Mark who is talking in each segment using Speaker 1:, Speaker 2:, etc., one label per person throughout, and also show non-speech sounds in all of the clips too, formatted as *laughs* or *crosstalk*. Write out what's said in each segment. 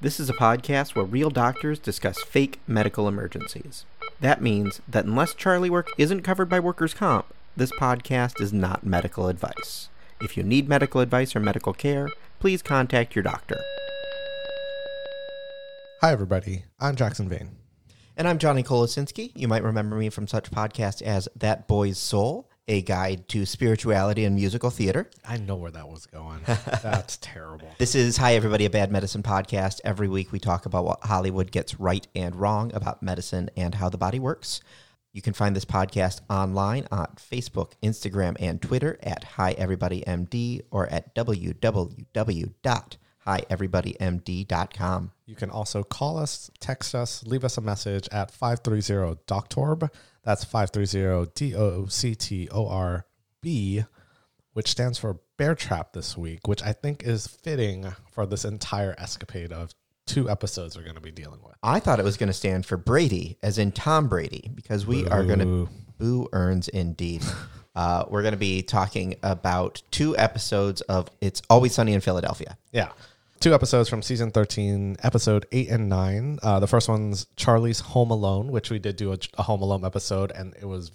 Speaker 1: This is a podcast where real doctors discuss fake medical emergencies. That means that unless Charlie Work isn't covered by workers' comp, this podcast is not medical advice. If you need medical advice or medical care, please contact your doctor.
Speaker 2: Hi, everybody. I'm Jackson Vane.
Speaker 1: And I'm Johnny Kolosinski. You might remember me from such podcasts as That Boy's Soul, a guide to spirituality and musical theater.
Speaker 2: I know where that was *laughs* going. That's terrible.
Speaker 1: This is Hi Everybody, a Bad Medicine podcast. Every week we talk about what Hollywood gets right and wrong about medicine and how the body works. You can find this podcast online on Facebook, Instagram, and Twitter at Hi Everybody MD or at www.hieverybodymd.com.
Speaker 2: You can also call us, text us, leave us a message at 530 DOCTORB. That's 530 D O C T O R B, which stands for Bear Trap this week, which I think is fitting for this entire escapade of two episodes we're going to be dealing with.
Speaker 1: I thought it was going to stand for Brady, as in Tom Brady, because we are going to boo earns indeed. Uh, we're going to be talking about two episodes of It's Always Sunny in Philadelphia.
Speaker 2: Yeah. Two episodes from season 13, episode 8 and 9. Uh, the first one's Charlie's Home Alone, which we did do a, a Home Alone episode, and it was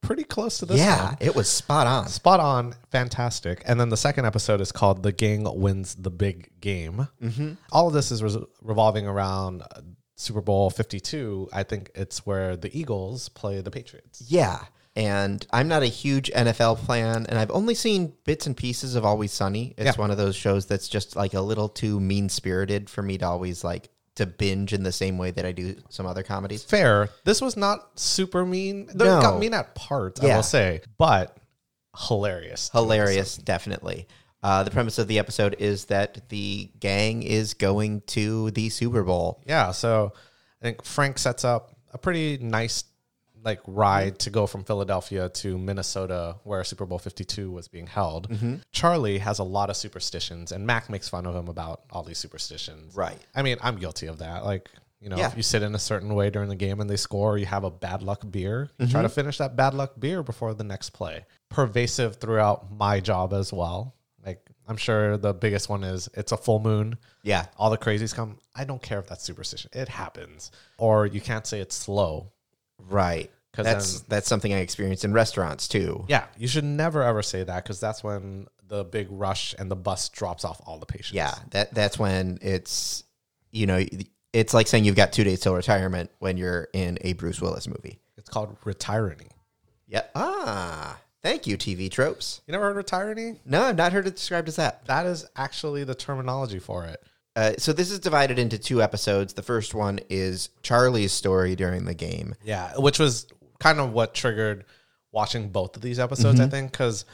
Speaker 2: pretty close to this
Speaker 1: yeah,
Speaker 2: one.
Speaker 1: it was spot on.
Speaker 2: Spot on, fantastic. And then the second episode is called The Gang Wins the Big Game. Mm-hmm. All of this is res- revolving around uh, Super Bowl 52. I think it's where the Eagles play the Patriots.
Speaker 1: Yeah. And I'm not a huge NFL fan, and I've only seen bits and pieces of Always Sunny. It's
Speaker 2: Yeah.
Speaker 1: one of those shows that's just like a little too mean spirited for me to always like to binge in the same way that I do some other comedies.
Speaker 2: Fair. This was not super mean. They
Speaker 1: No.
Speaker 2: got mean at parts, I
Speaker 1: Yeah.
Speaker 2: will say, but hilarious.
Speaker 1: Hilarious, definitely. Uh, the premise of the episode is that the gang is going to the Super Bowl.
Speaker 2: yeah so i think frank sets up a pretty nice like ride to go from philadelphia to minnesota where super bowl 52 was being held
Speaker 1: Mm-hmm.
Speaker 2: charlie has a lot of superstitions and mac makes fun of him about all these superstitions
Speaker 1: Right.
Speaker 2: i mean i'm guilty of that like you know
Speaker 1: Yeah.
Speaker 2: if you sit in a certain way during the game and they score you have a bad luck beer you
Speaker 1: Mm-hmm.
Speaker 2: try to finish that bad luck beer before the next play pervasive throughout my job as well like i'm sure the biggest one is it's a full moon
Speaker 1: Yeah.
Speaker 2: all the crazies come. I don't care if that's superstition. It happens. Or you can't say it's slow.
Speaker 1: Right.
Speaker 2: 'Cause
Speaker 1: That's that's something I experienced in restaurants too.
Speaker 2: Yeah, you should never ever say that because that's when the big rush and the bus drops off all the patients.
Speaker 1: Yeah, that that's when it's you know it's like saying you've got two days till retirement when you're in a Bruce Willis movie.
Speaker 2: It's called retirony.
Speaker 1: Yeah. Ah, thank you, TV tropes.
Speaker 2: You never heard of retirony?
Speaker 1: No, I've not heard it described as that.
Speaker 2: That is actually the terminology for it.
Speaker 1: Uh, so this is divided into two episodes. The first one is Charlie's story during the game.
Speaker 2: Yeah, which was kind of what triggered watching both of these episodes, I think, because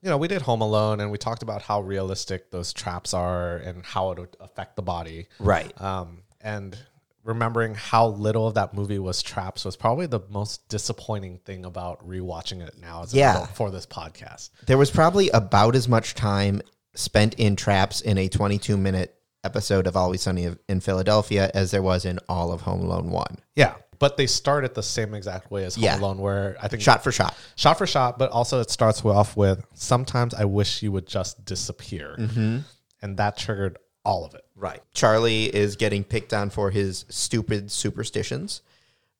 Speaker 2: you know we did Home Alone and we talked about how realistic those traps are and how it would affect the body.
Speaker 1: Right.
Speaker 2: um, and remembering how little of that movie was traps was probably the most disappointing thing about rewatching it now as an
Speaker 1: Yeah.
Speaker 2: adult for this podcast.
Speaker 1: There was probably about as much time spent in traps in a 22 minute episode of Always Sunny in Philadelphia as there was in all of Home Alone 1.
Speaker 2: Yeah, but they start it the same exact way as Home
Speaker 1: Yeah.
Speaker 2: Alone, where I think
Speaker 1: Shot for shot.
Speaker 2: shot for shot, but also it starts off with sometimes I wish you would just disappear,
Speaker 1: Mm-hmm.
Speaker 2: and that triggered all of it.
Speaker 1: Right. Charlie is getting picked on for his stupid superstitions.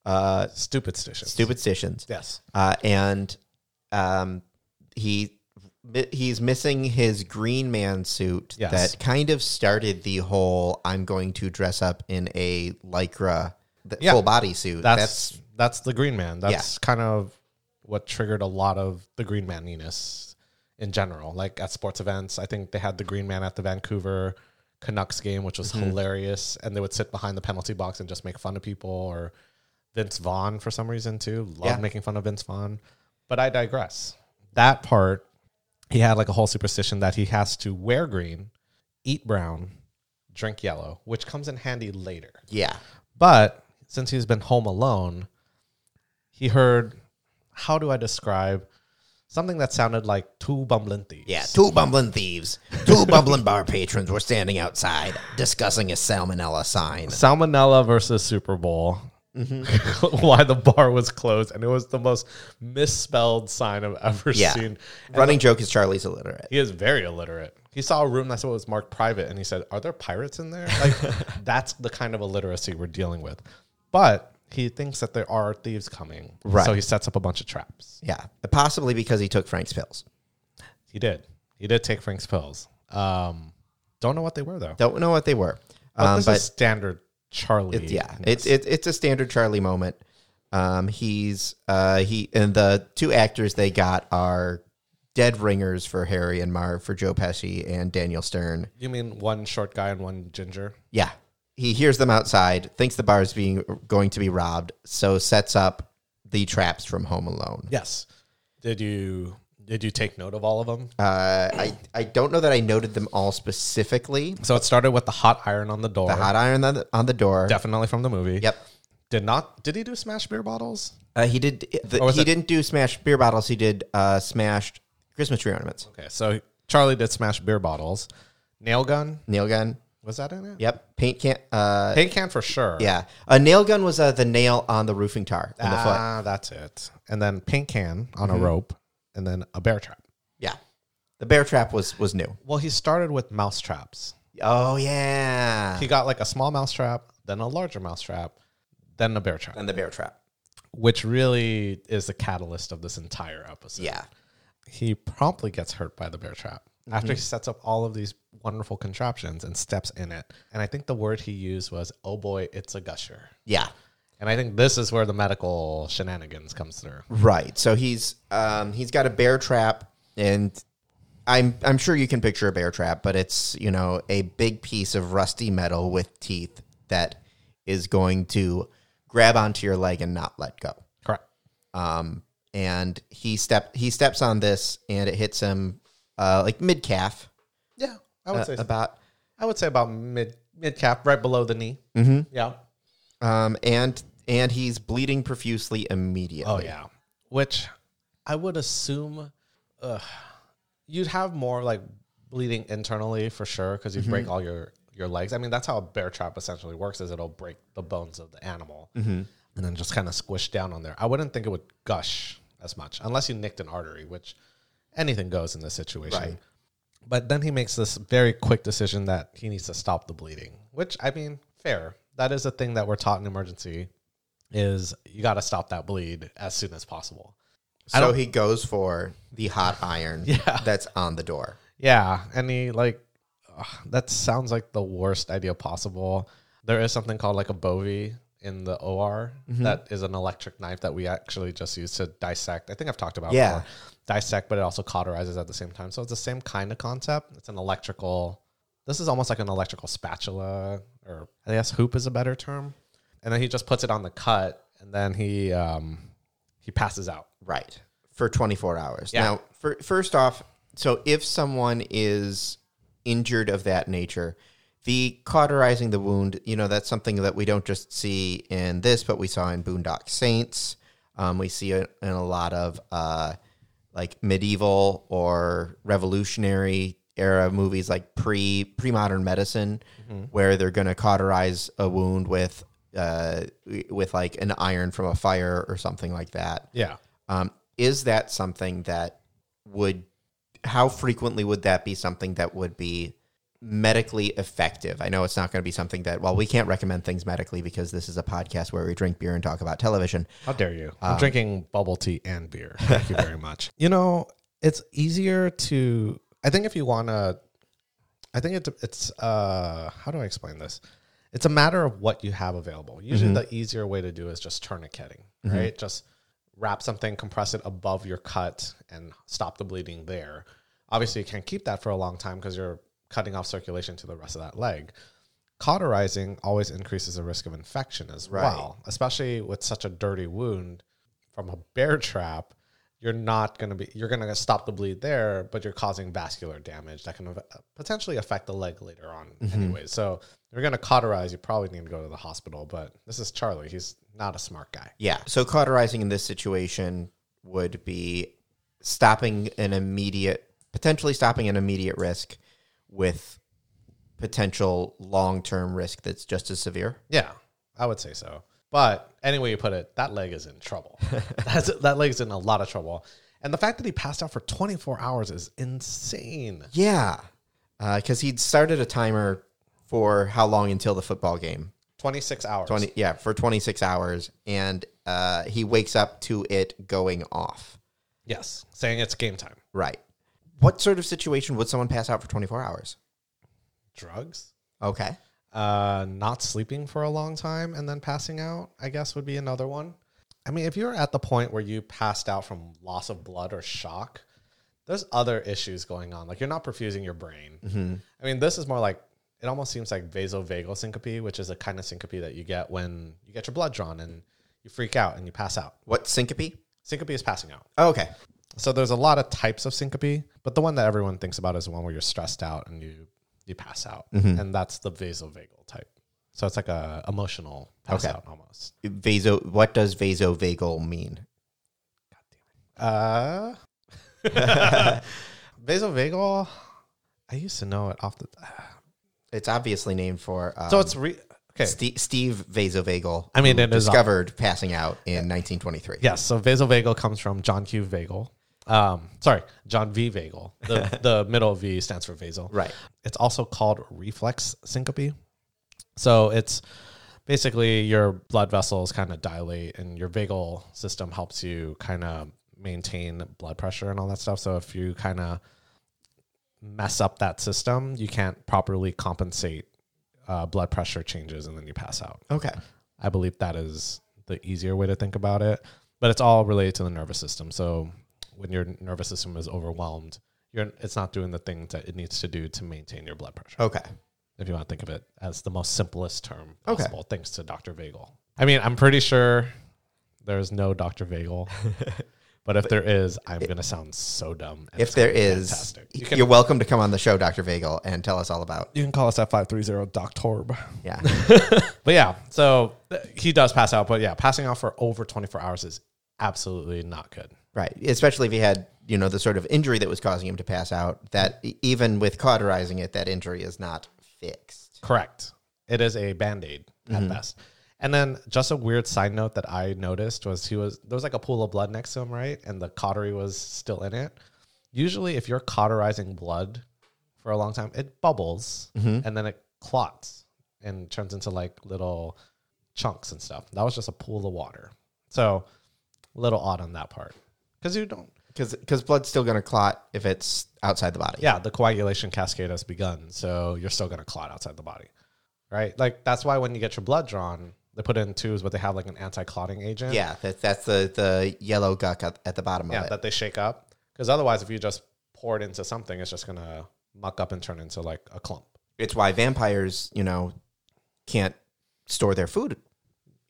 Speaker 1: Uh,
Speaker 2: Stupid station.
Speaker 1: stupid stitions.
Speaker 2: Yes.
Speaker 1: Uh, and um, he he's missing his green man suit
Speaker 2: Yes.
Speaker 1: that kind of started the whole I'm going to dress up in a lycra th-
Speaker 2: Yeah.
Speaker 1: full body suit.
Speaker 2: That's that's, the Green Man. That's kind of what triggered a lot of the Green Maniness in general. Like at sports events, I think they had the Green Man at the Vancouver Canucks game, which was hilarious. And they would sit behind the penalty box and just make fun of people or Vince Vaughn for some reason too. Love
Speaker 1: Yeah.
Speaker 2: making fun of Vince Vaughn. But I digress. That part, he had like a whole superstition that he has to wear green, eat brown, drink yellow, which comes in handy later.
Speaker 1: yeah.
Speaker 2: But since he's been home alone, he heard how do I describe something that sounded like two bumbling thieves.
Speaker 1: Yeah, two bumbling thieves,
Speaker 2: *laughs*
Speaker 1: two bumbling bar patrons were standing outside discussing a salmonella sign.
Speaker 2: Salmonella versus Super Bowl.
Speaker 1: Mm-hmm.
Speaker 2: *laughs* why the bar was closed, and it was the most misspelled sign I've ever
Speaker 1: Yeah.
Speaker 2: seen.
Speaker 1: Running joke is Charlie's illiterate.
Speaker 2: He is very illiterate. He saw a room that said it was marked private, and he said, "Are there pirates in there?"
Speaker 1: *laughs*
Speaker 2: Like that's the kind of illiteracy we're dealing with. But he thinks that there are thieves coming,
Speaker 1: Right.
Speaker 2: So he sets up a bunch of traps.
Speaker 1: Yeah, possibly because he took Frank's pills.
Speaker 2: He did. He did take Frank's pills. Um, don't know what they were though.
Speaker 1: Don't know what they were,
Speaker 2: But
Speaker 1: um,
Speaker 2: this
Speaker 1: but
Speaker 2: is standard Charlie.
Speaker 1: yeah, it's it, it's a standard Charlie moment. Um, he's uh, he and the two actors they got are dead ringers for Harry and Marv for Joe Pesci and Daniel Stern.
Speaker 2: you mean one short guy and one ginger?
Speaker 1: Yeah. He hears them outside, thinks the bar is being going to be robbed, so sets up the traps from Home Alone.
Speaker 2: Yes. Did you did you take note of all of them?
Speaker 1: Uh, I I don't know that I noted them all specifically.
Speaker 2: so it started with the hot iron on the door.
Speaker 1: The hot iron on the, on the door.
Speaker 2: definitely from the movie.
Speaker 1: Yep.
Speaker 2: Did not did he do smash beer bottles?
Speaker 1: Uh, he did. The,
Speaker 2: was
Speaker 1: he
Speaker 2: it-
Speaker 1: didn't do smashed beer bottles. He did uh, smashed Christmas tree ornaments.
Speaker 2: Okay, so Charlie did smash beer bottles. Nail gun,
Speaker 1: Nail gun.
Speaker 2: was that in it?
Speaker 1: Yep. Paint can. Uh,
Speaker 2: Paint can for sure.
Speaker 1: yeah. A nail gun was uh, the nail on the roofing tar on the foot.
Speaker 2: Ah, that's it. And then paint can on
Speaker 1: Mm-hmm.
Speaker 2: a rope and then a bear trap.
Speaker 1: Yeah. The bear trap was was new.
Speaker 2: Well, he started with mouse traps.
Speaker 1: Oh yeah.
Speaker 2: He got like a small mouse trap, then a larger mouse trap, then a bear trap,
Speaker 1: And the bear trap.
Speaker 2: which really is the catalyst of this entire episode.
Speaker 1: Yeah.
Speaker 2: he promptly gets hurt by the bear trap after he sets up all of these wonderful contraptions and steps in it. And I think the word he used was, "Oh boy, it's a gusher."
Speaker 1: Yeah.
Speaker 2: And I think this is where the medical shenanigans comes through.
Speaker 1: Right. So he's um he's got a bear trap and I'm I'm sure you can picture a bear trap, but it's, you know, a big piece of rusty metal with teeth that is going to grab onto your leg and not let go.
Speaker 2: Correct.
Speaker 1: Um and he step he steps on this and it hits him uh like mid calf uh,
Speaker 2: Yeah, I would say
Speaker 1: about
Speaker 2: Uh, I would say about mid mid cap, right below the knee. Mm-hmm. Yeah.
Speaker 1: um and and he's bleeding profusely immediately.
Speaker 2: Oh yeah. Which I would assume, uh, you'd have more like bleeding internally for sure because you break all your your legs. I mean, that's how a bear trap essentially works: is it'll break the bones of the animal and then just kind of squish down on there. I wouldn't think it would gush as much unless you nicked an artery, which anything goes in this situation.
Speaker 1: Right.
Speaker 2: But then he makes this very quick decision that he needs to stop the bleeding, which I mean, fair. That is a thing that we're taught in emergency is you got to stop that bleed as soon as possible.
Speaker 1: So
Speaker 2: don't-
Speaker 1: he goes for the hot iron
Speaker 2: *laughs* Yeah.
Speaker 1: that's on the door.
Speaker 2: Yeah, and he like ugh, that sounds like the worst idea possible. There is something called like a bovie in the OR that is an electric knife that we actually just use to dissect. I think I've talked about it
Speaker 1: Yeah.
Speaker 2: before. Dissect, but it also cauterizes at the same time. So it's the same kind of concept. It's an electrical. This is almost like an electrical spatula, or I guess hoop is a better term. And then he just puts it on the cut, and then he um, he passes out.
Speaker 1: Right. For 24 hours.
Speaker 2: Yeah.
Speaker 1: Now, fir- first off, so if someone is injured of that nature, the cauterizing the wound, you know, that's something that we don't just see in this, but we saw in Boondock Saints. Um, we see it in a lot of uh, like medieval or revolutionary era movies, like pre pre modern medicine, where they're going to cauterize a wound with uh, with like an iron from a fire or something like that.
Speaker 2: Yeah.
Speaker 1: Um, is that something that would, how frequently would that be something that would be medically effective? I know it's not going to be something that, well, we can't recommend things medically because this is a podcast where we drink beer and talk about television.
Speaker 2: How dare you? I'm drinking bubble tea and beer. Thank you very much. You know, it's easier to. I think if you want to, I think it, it's. uh How do I explain this? It's a matter of what you have available. Usually, the easier way to do is just tourniqueting, right? Just wrap something, compress it above your cut, and stop the bleeding there. Obviously, you can't keep that for a long time because you're cutting off circulation to the rest of that leg cauterizing always increases the risk of infection as well, especially with such a dirty wound from a bear trap. You're not going to be, you're going to stop the bleed there, but you're causing vascular damage that can av- potentially affect the leg later on, anyway. So, if you're going to cauterize, you probably need to go to the hospital. But this is Charlie. He's not a smart guy.
Speaker 1: Yeah. So cauterizing in this situation would be stopping an immediate, potentially stopping an immediate risk with potential long term risk that's just as severe.
Speaker 2: Yeah, I would say so. But anyway you put it, that leg is in trouble. That's, that leg's in a lot of trouble. And the fact that he passed out for 24 hours is insane.
Speaker 1: Yeah, because he'd started a timer for how long until the football game.
Speaker 2: 26 hours.
Speaker 1: Twenty, yeah, for 26 hours, and uh, he wakes up to it going off.
Speaker 2: Yes, saying it's game time.
Speaker 1: Right. What sort of situation would someone pass out for 24 hours?
Speaker 2: Drugs?
Speaker 1: Okay.
Speaker 2: Uh, not sleeping for a long time and then passing out, I guess, would be another one. I mean, if you're at the point where you passed out from loss of blood or shock, there's other issues going on. Like you're not perfusing your brain. I mean, this is more like it almost seems like vasovagal syncope, which is a kind of syncope that you get when you get your blood drawn and you freak out and you pass out.
Speaker 1: What syncope?
Speaker 2: Syncope is passing out.
Speaker 1: Oh, okay.
Speaker 2: So there's a lot of types of syncope, but the one that everyone thinks about is the one where you're stressed out and you you pass out, and that's the vasovagal type. So it's like a emotional pass
Speaker 1: Okay.
Speaker 2: out almost.
Speaker 1: Vaso. What does vasovagal mean?
Speaker 2: Uh, *laughs* vasovagal. I used to know it off the.
Speaker 1: It's obviously named for um,
Speaker 2: So it's re. Okay.
Speaker 1: Ste- Steve Vasovagal.
Speaker 2: I mean,
Speaker 1: who
Speaker 2: it is-
Speaker 1: discovered passing out in 1923.
Speaker 2: Yes. So vasovagal comes from John Q. Vagal. Um, sorry, John V. Vagal. The, the middle V stands for vasal.
Speaker 1: Right.
Speaker 2: It's also called reflex syncope. So it's basically your blood vessels kind of dilate and your vagal system helps you kind of maintain blood pressure and all that stuff. So if you kind of mess up that system, you can't properly compensate uh, blood pressure changes and then you pass out.
Speaker 1: Okay.
Speaker 2: I believe that is the easier way to think about it. But it's all related to the nervous system. So when your nervous system is overwhelmed, you're, it's not doing the things that it needs to do to maintain your blood pressure.
Speaker 1: Okay.
Speaker 2: If you want to think of it as the most simplest term
Speaker 1: Okay.
Speaker 2: possible, thanks to Dr. Vagel. I mean, I'm pretty sure there's no Dr. *laughs* Vagel. But if there is, I'm gonna sound so dumb. and
Speaker 1: If
Speaker 2: it's gonna
Speaker 1: there
Speaker 2: be
Speaker 1: is,
Speaker 2: fantastic. you
Speaker 1: you
Speaker 2: can,
Speaker 1: are welcome to come on the show, Dr. Vagal, and tell us all about.
Speaker 2: you can call us at five three zero Doctorb.
Speaker 1: *laughs* Yeah.
Speaker 2: But yeah, so th- he does pass out. But yeah, passing out for over 24 hours is absolutely not good.
Speaker 1: right. Especially if he had, you know, the sort of injury that was causing him to pass out, that e- even with cauterizing it, that injury is not fixed.
Speaker 2: Correct. It is a band aid at best. And then just a weird side note that I noticed was he was there was like a pool of blood next to him, right? And the cautery was still in it. Usually, if you're cauterizing blood for a long time, it bubbles and then it clots and turns into like little chunks and stuff. That was just a pool of water. So, a little odd on that part because you don't
Speaker 1: Because blood's still going to clot if it's outside the body.
Speaker 2: yeah, the coagulation cascade has begun, so you're still gonna clot outside the body, right? Like that's why when you get your blood drawn, they put it in tubes, but they have like an anti-clotting agent,
Speaker 1: Yeah. That, that's the, the yellow guck at, at the bottom
Speaker 2: yeah,
Speaker 1: of it.
Speaker 2: that they shake up, because otherwise, if you just pour it into something, it's just gonna muck up and turn into like a clump.
Speaker 1: it's why vampires, you know, can't store their food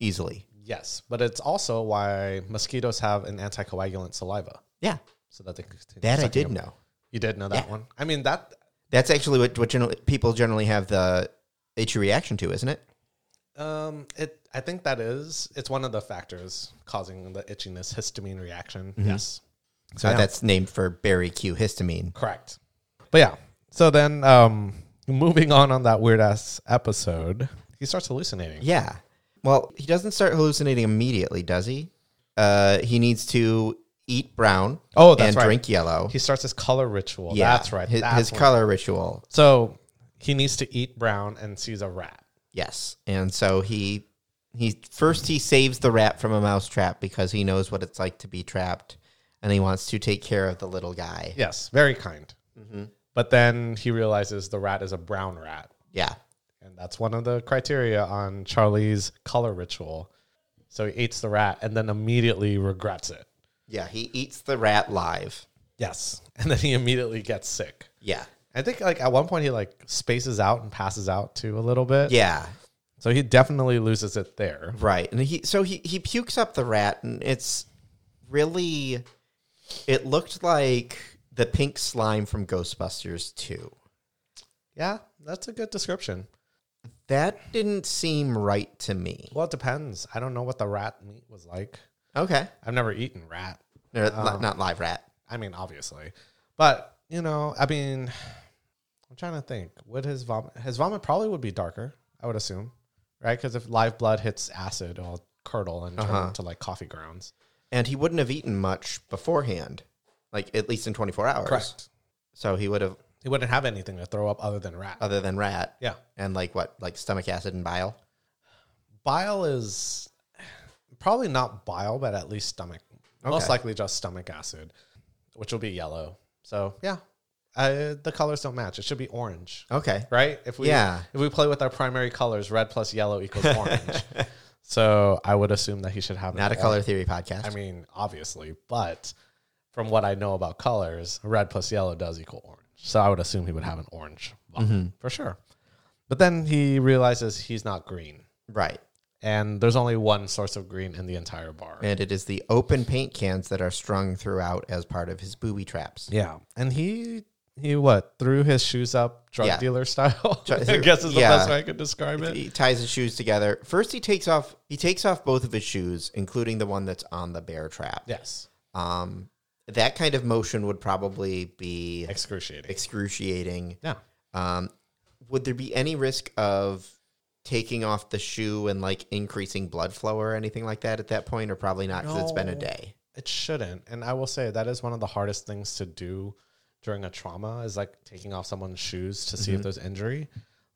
Speaker 1: easily.
Speaker 2: Yes, but it's also why mosquitoes have an anticoagulant saliva,
Speaker 1: Yeah.
Speaker 2: so that they can continue
Speaker 1: That I
Speaker 2: sucking
Speaker 1: did
Speaker 2: up-
Speaker 1: know.
Speaker 2: You did know that
Speaker 1: Yeah.
Speaker 2: one. I mean that.
Speaker 1: That's actually what, what generally, people generally have the itchy reaction to, isn't it?
Speaker 2: Um, it. I think that is. It's one of the factors causing the itchiness, histamine reaction.
Speaker 1: Mm-hmm.
Speaker 2: Yes.
Speaker 1: So that's named for Barry Q histamine.
Speaker 2: Correct. But yeah. So then, um, moving on on that weird ass episode, he starts hallucinating.
Speaker 1: Yeah. Well, he doesn't start hallucinating immediately, does he? Uh, he needs to eat brown.
Speaker 2: Oh, that's
Speaker 1: and
Speaker 2: right.
Speaker 1: drink yellow.
Speaker 2: He starts his color ritual.
Speaker 1: Yeah.
Speaker 2: That's right.
Speaker 1: His,
Speaker 2: That's
Speaker 1: his
Speaker 2: when-
Speaker 1: color ritual.
Speaker 2: So he needs to eat brown and sees a rat.
Speaker 1: Yes. And so he he first he saves the rat from a mouse trap because he knows what it's like to be trapped and he wants to take care of the little guy.
Speaker 2: Yes, very kind.
Speaker 1: Mm-hmm.
Speaker 2: But then he realizes the rat is a brown rat,
Speaker 1: Yeah.
Speaker 2: and that's one of the criteria on Charlie's color ritual. So he eats the rat and then immediately regrets it.
Speaker 1: Yeah, he eats the rat live.
Speaker 2: Yes, and then he immediately gets sick.
Speaker 1: Yeah.
Speaker 2: I think like at one point he like spaces out and passes out too a little bit.
Speaker 1: Yeah.
Speaker 2: So he definitely loses it there.
Speaker 1: Right. And he so he he pukes up the rat and it's really it looked like the pink slime from Ghostbusters 2.
Speaker 2: Yeah, that's a good description.
Speaker 1: That didn't seem right to me.
Speaker 2: Well, it depends. I don't know what the rat meat was like.
Speaker 1: Okay.
Speaker 2: I've never eaten rat.
Speaker 1: No,
Speaker 2: Oh.
Speaker 1: not- not live rat.
Speaker 2: I mean, obviously. But, you know, I mean, *sighs* I'm trying to think. Would his vomit his vomit probably would be darker, I would assume. Right? Cuz if live blood hits acid, it'll curdle and turn
Speaker 1: Uh-huh.
Speaker 2: into like coffee grounds.
Speaker 1: And he wouldn't have eaten much beforehand, like at least in 24 hours. So he would have,
Speaker 2: He wouldn't have anything to throw up other than rat.
Speaker 1: other than rat
Speaker 2: yeah.
Speaker 1: and like what, like stomach acid and bile.
Speaker 2: Bile is probably not bile, but at least stomach. Most
Speaker 1: Okay.
Speaker 2: likely just stomach acid, which will be yellow. So yeah, uh, the colors don't match. It should be orange,
Speaker 1: Okay.
Speaker 2: right? If we
Speaker 1: Yeah.
Speaker 2: if we play with our primary colors, red plus yellow
Speaker 1: *laughs*
Speaker 2: equals orange. so I would assume that he should have an
Speaker 1: Not a
Speaker 2: orange-
Speaker 1: color theory podcast.
Speaker 2: I mean, obviously, but from what I know about colors, red plus yellow does equal orange. So I would assume he would have an orange vomit,
Speaker 1: Mm-hmm.
Speaker 2: for sure. But then he realizes he's not green.
Speaker 1: right.
Speaker 2: And there's only one source of green in the entire bar.
Speaker 1: And it is the open paint cans that are strung throughout as part of his booby traps.
Speaker 2: Yeah. And he he what? Threw his shoes up drug
Speaker 1: Yeah.
Speaker 2: dealer style. *laughs*
Speaker 1: Dr-
Speaker 2: I guess is the
Speaker 1: yeah.
Speaker 2: best way I could describe it.
Speaker 1: He ties his shoes together. First, he takes off. He takes off both of his shoes, including the one that's on the bear trap.
Speaker 2: Yes.
Speaker 1: Um, that kind of motion would probably be
Speaker 2: Excruciating.
Speaker 1: excruciating.
Speaker 2: Yeah.
Speaker 1: Um, would there be any risk of taking off the shoe and like increasing blood flow or anything like that at that point, or probably not because it's been a
Speaker 2: No.
Speaker 1: day?
Speaker 2: It shouldn't. And I will say that is one of the hardest things to do during a trauma is like taking off someone's shoes to see
Speaker 1: Mm-hmm.
Speaker 2: if there's injury.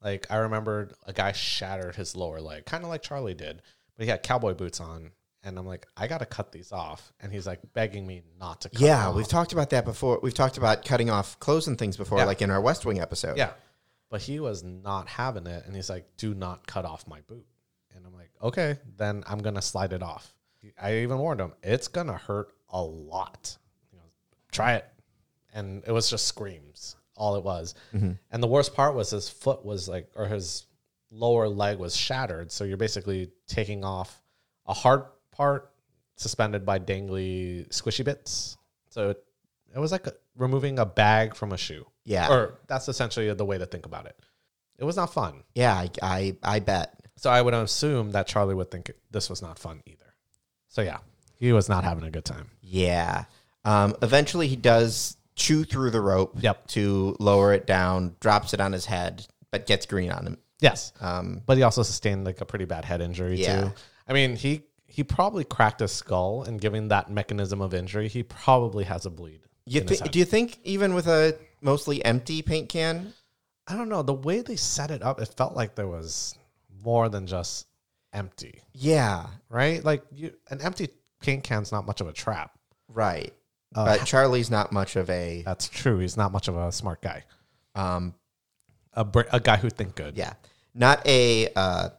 Speaker 2: Like I remember a guy shattered his lower leg, kind of like Charlie did, but he had cowboy boots on. And I'm like, I gotta cut these off. And he's like begging me not to cut
Speaker 1: Yeah,
Speaker 2: them
Speaker 1: we've
Speaker 2: off.
Speaker 1: talked about that before. We've talked about cutting off clothes and things before,
Speaker 2: Yeah.
Speaker 1: like in our West Wing episode.
Speaker 2: Yeah. But he was not having it. And he's like, do not cut off my boot. And I'm like, okay, then I'm going to slide it off. I even warned him, it's going to hurt a lot. You know, Try it. And it was just screams, all it was. And the worst part was his foot was like, or his lower leg was shattered. So you're basically taking off a hard part suspended by dangly squishy bits. So it, it was like a, removing a bag from a shoe
Speaker 1: yeah,
Speaker 2: or that's essentially the way to think about it. It was not fun.
Speaker 1: yeah. I, I, I bet.
Speaker 2: So I would assume that Charlie would think this was not fun either. So yeah, he was not having a good time.
Speaker 1: Yeah. Um, eventually, he does chew through the rope
Speaker 2: Yep.
Speaker 1: to lower it down, drops it on his head, but gets green on him.
Speaker 2: Yes.
Speaker 1: Um,
Speaker 2: But he also sustained like a pretty bad head injury
Speaker 1: Yeah.
Speaker 2: too. I mean, he he probably cracked his skull and given that mechanism of injury, he probably has a bleed.
Speaker 1: you
Speaker 2: in his
Speaker 1: thi-
Speaker 2: head.
Speaker 1: do you think even with a mostly empty paint can?
Speaker 2: I don't know, the way they set it up, it felt like there was more than just empty,
Speaker 1: Yeah,
Speaker 2: right? Like you an empty paint can's not much of a trap.
Speaker 1: right.
Speaker 2: Uh,
Speaker 1: but Charlie's not much of a
Speaker 2: That's true. He's not much of a smart guy.
Speaker 1: um,
Speaker 2: a, br- a guy who think good.
Speaker 1: yeah, not a uh,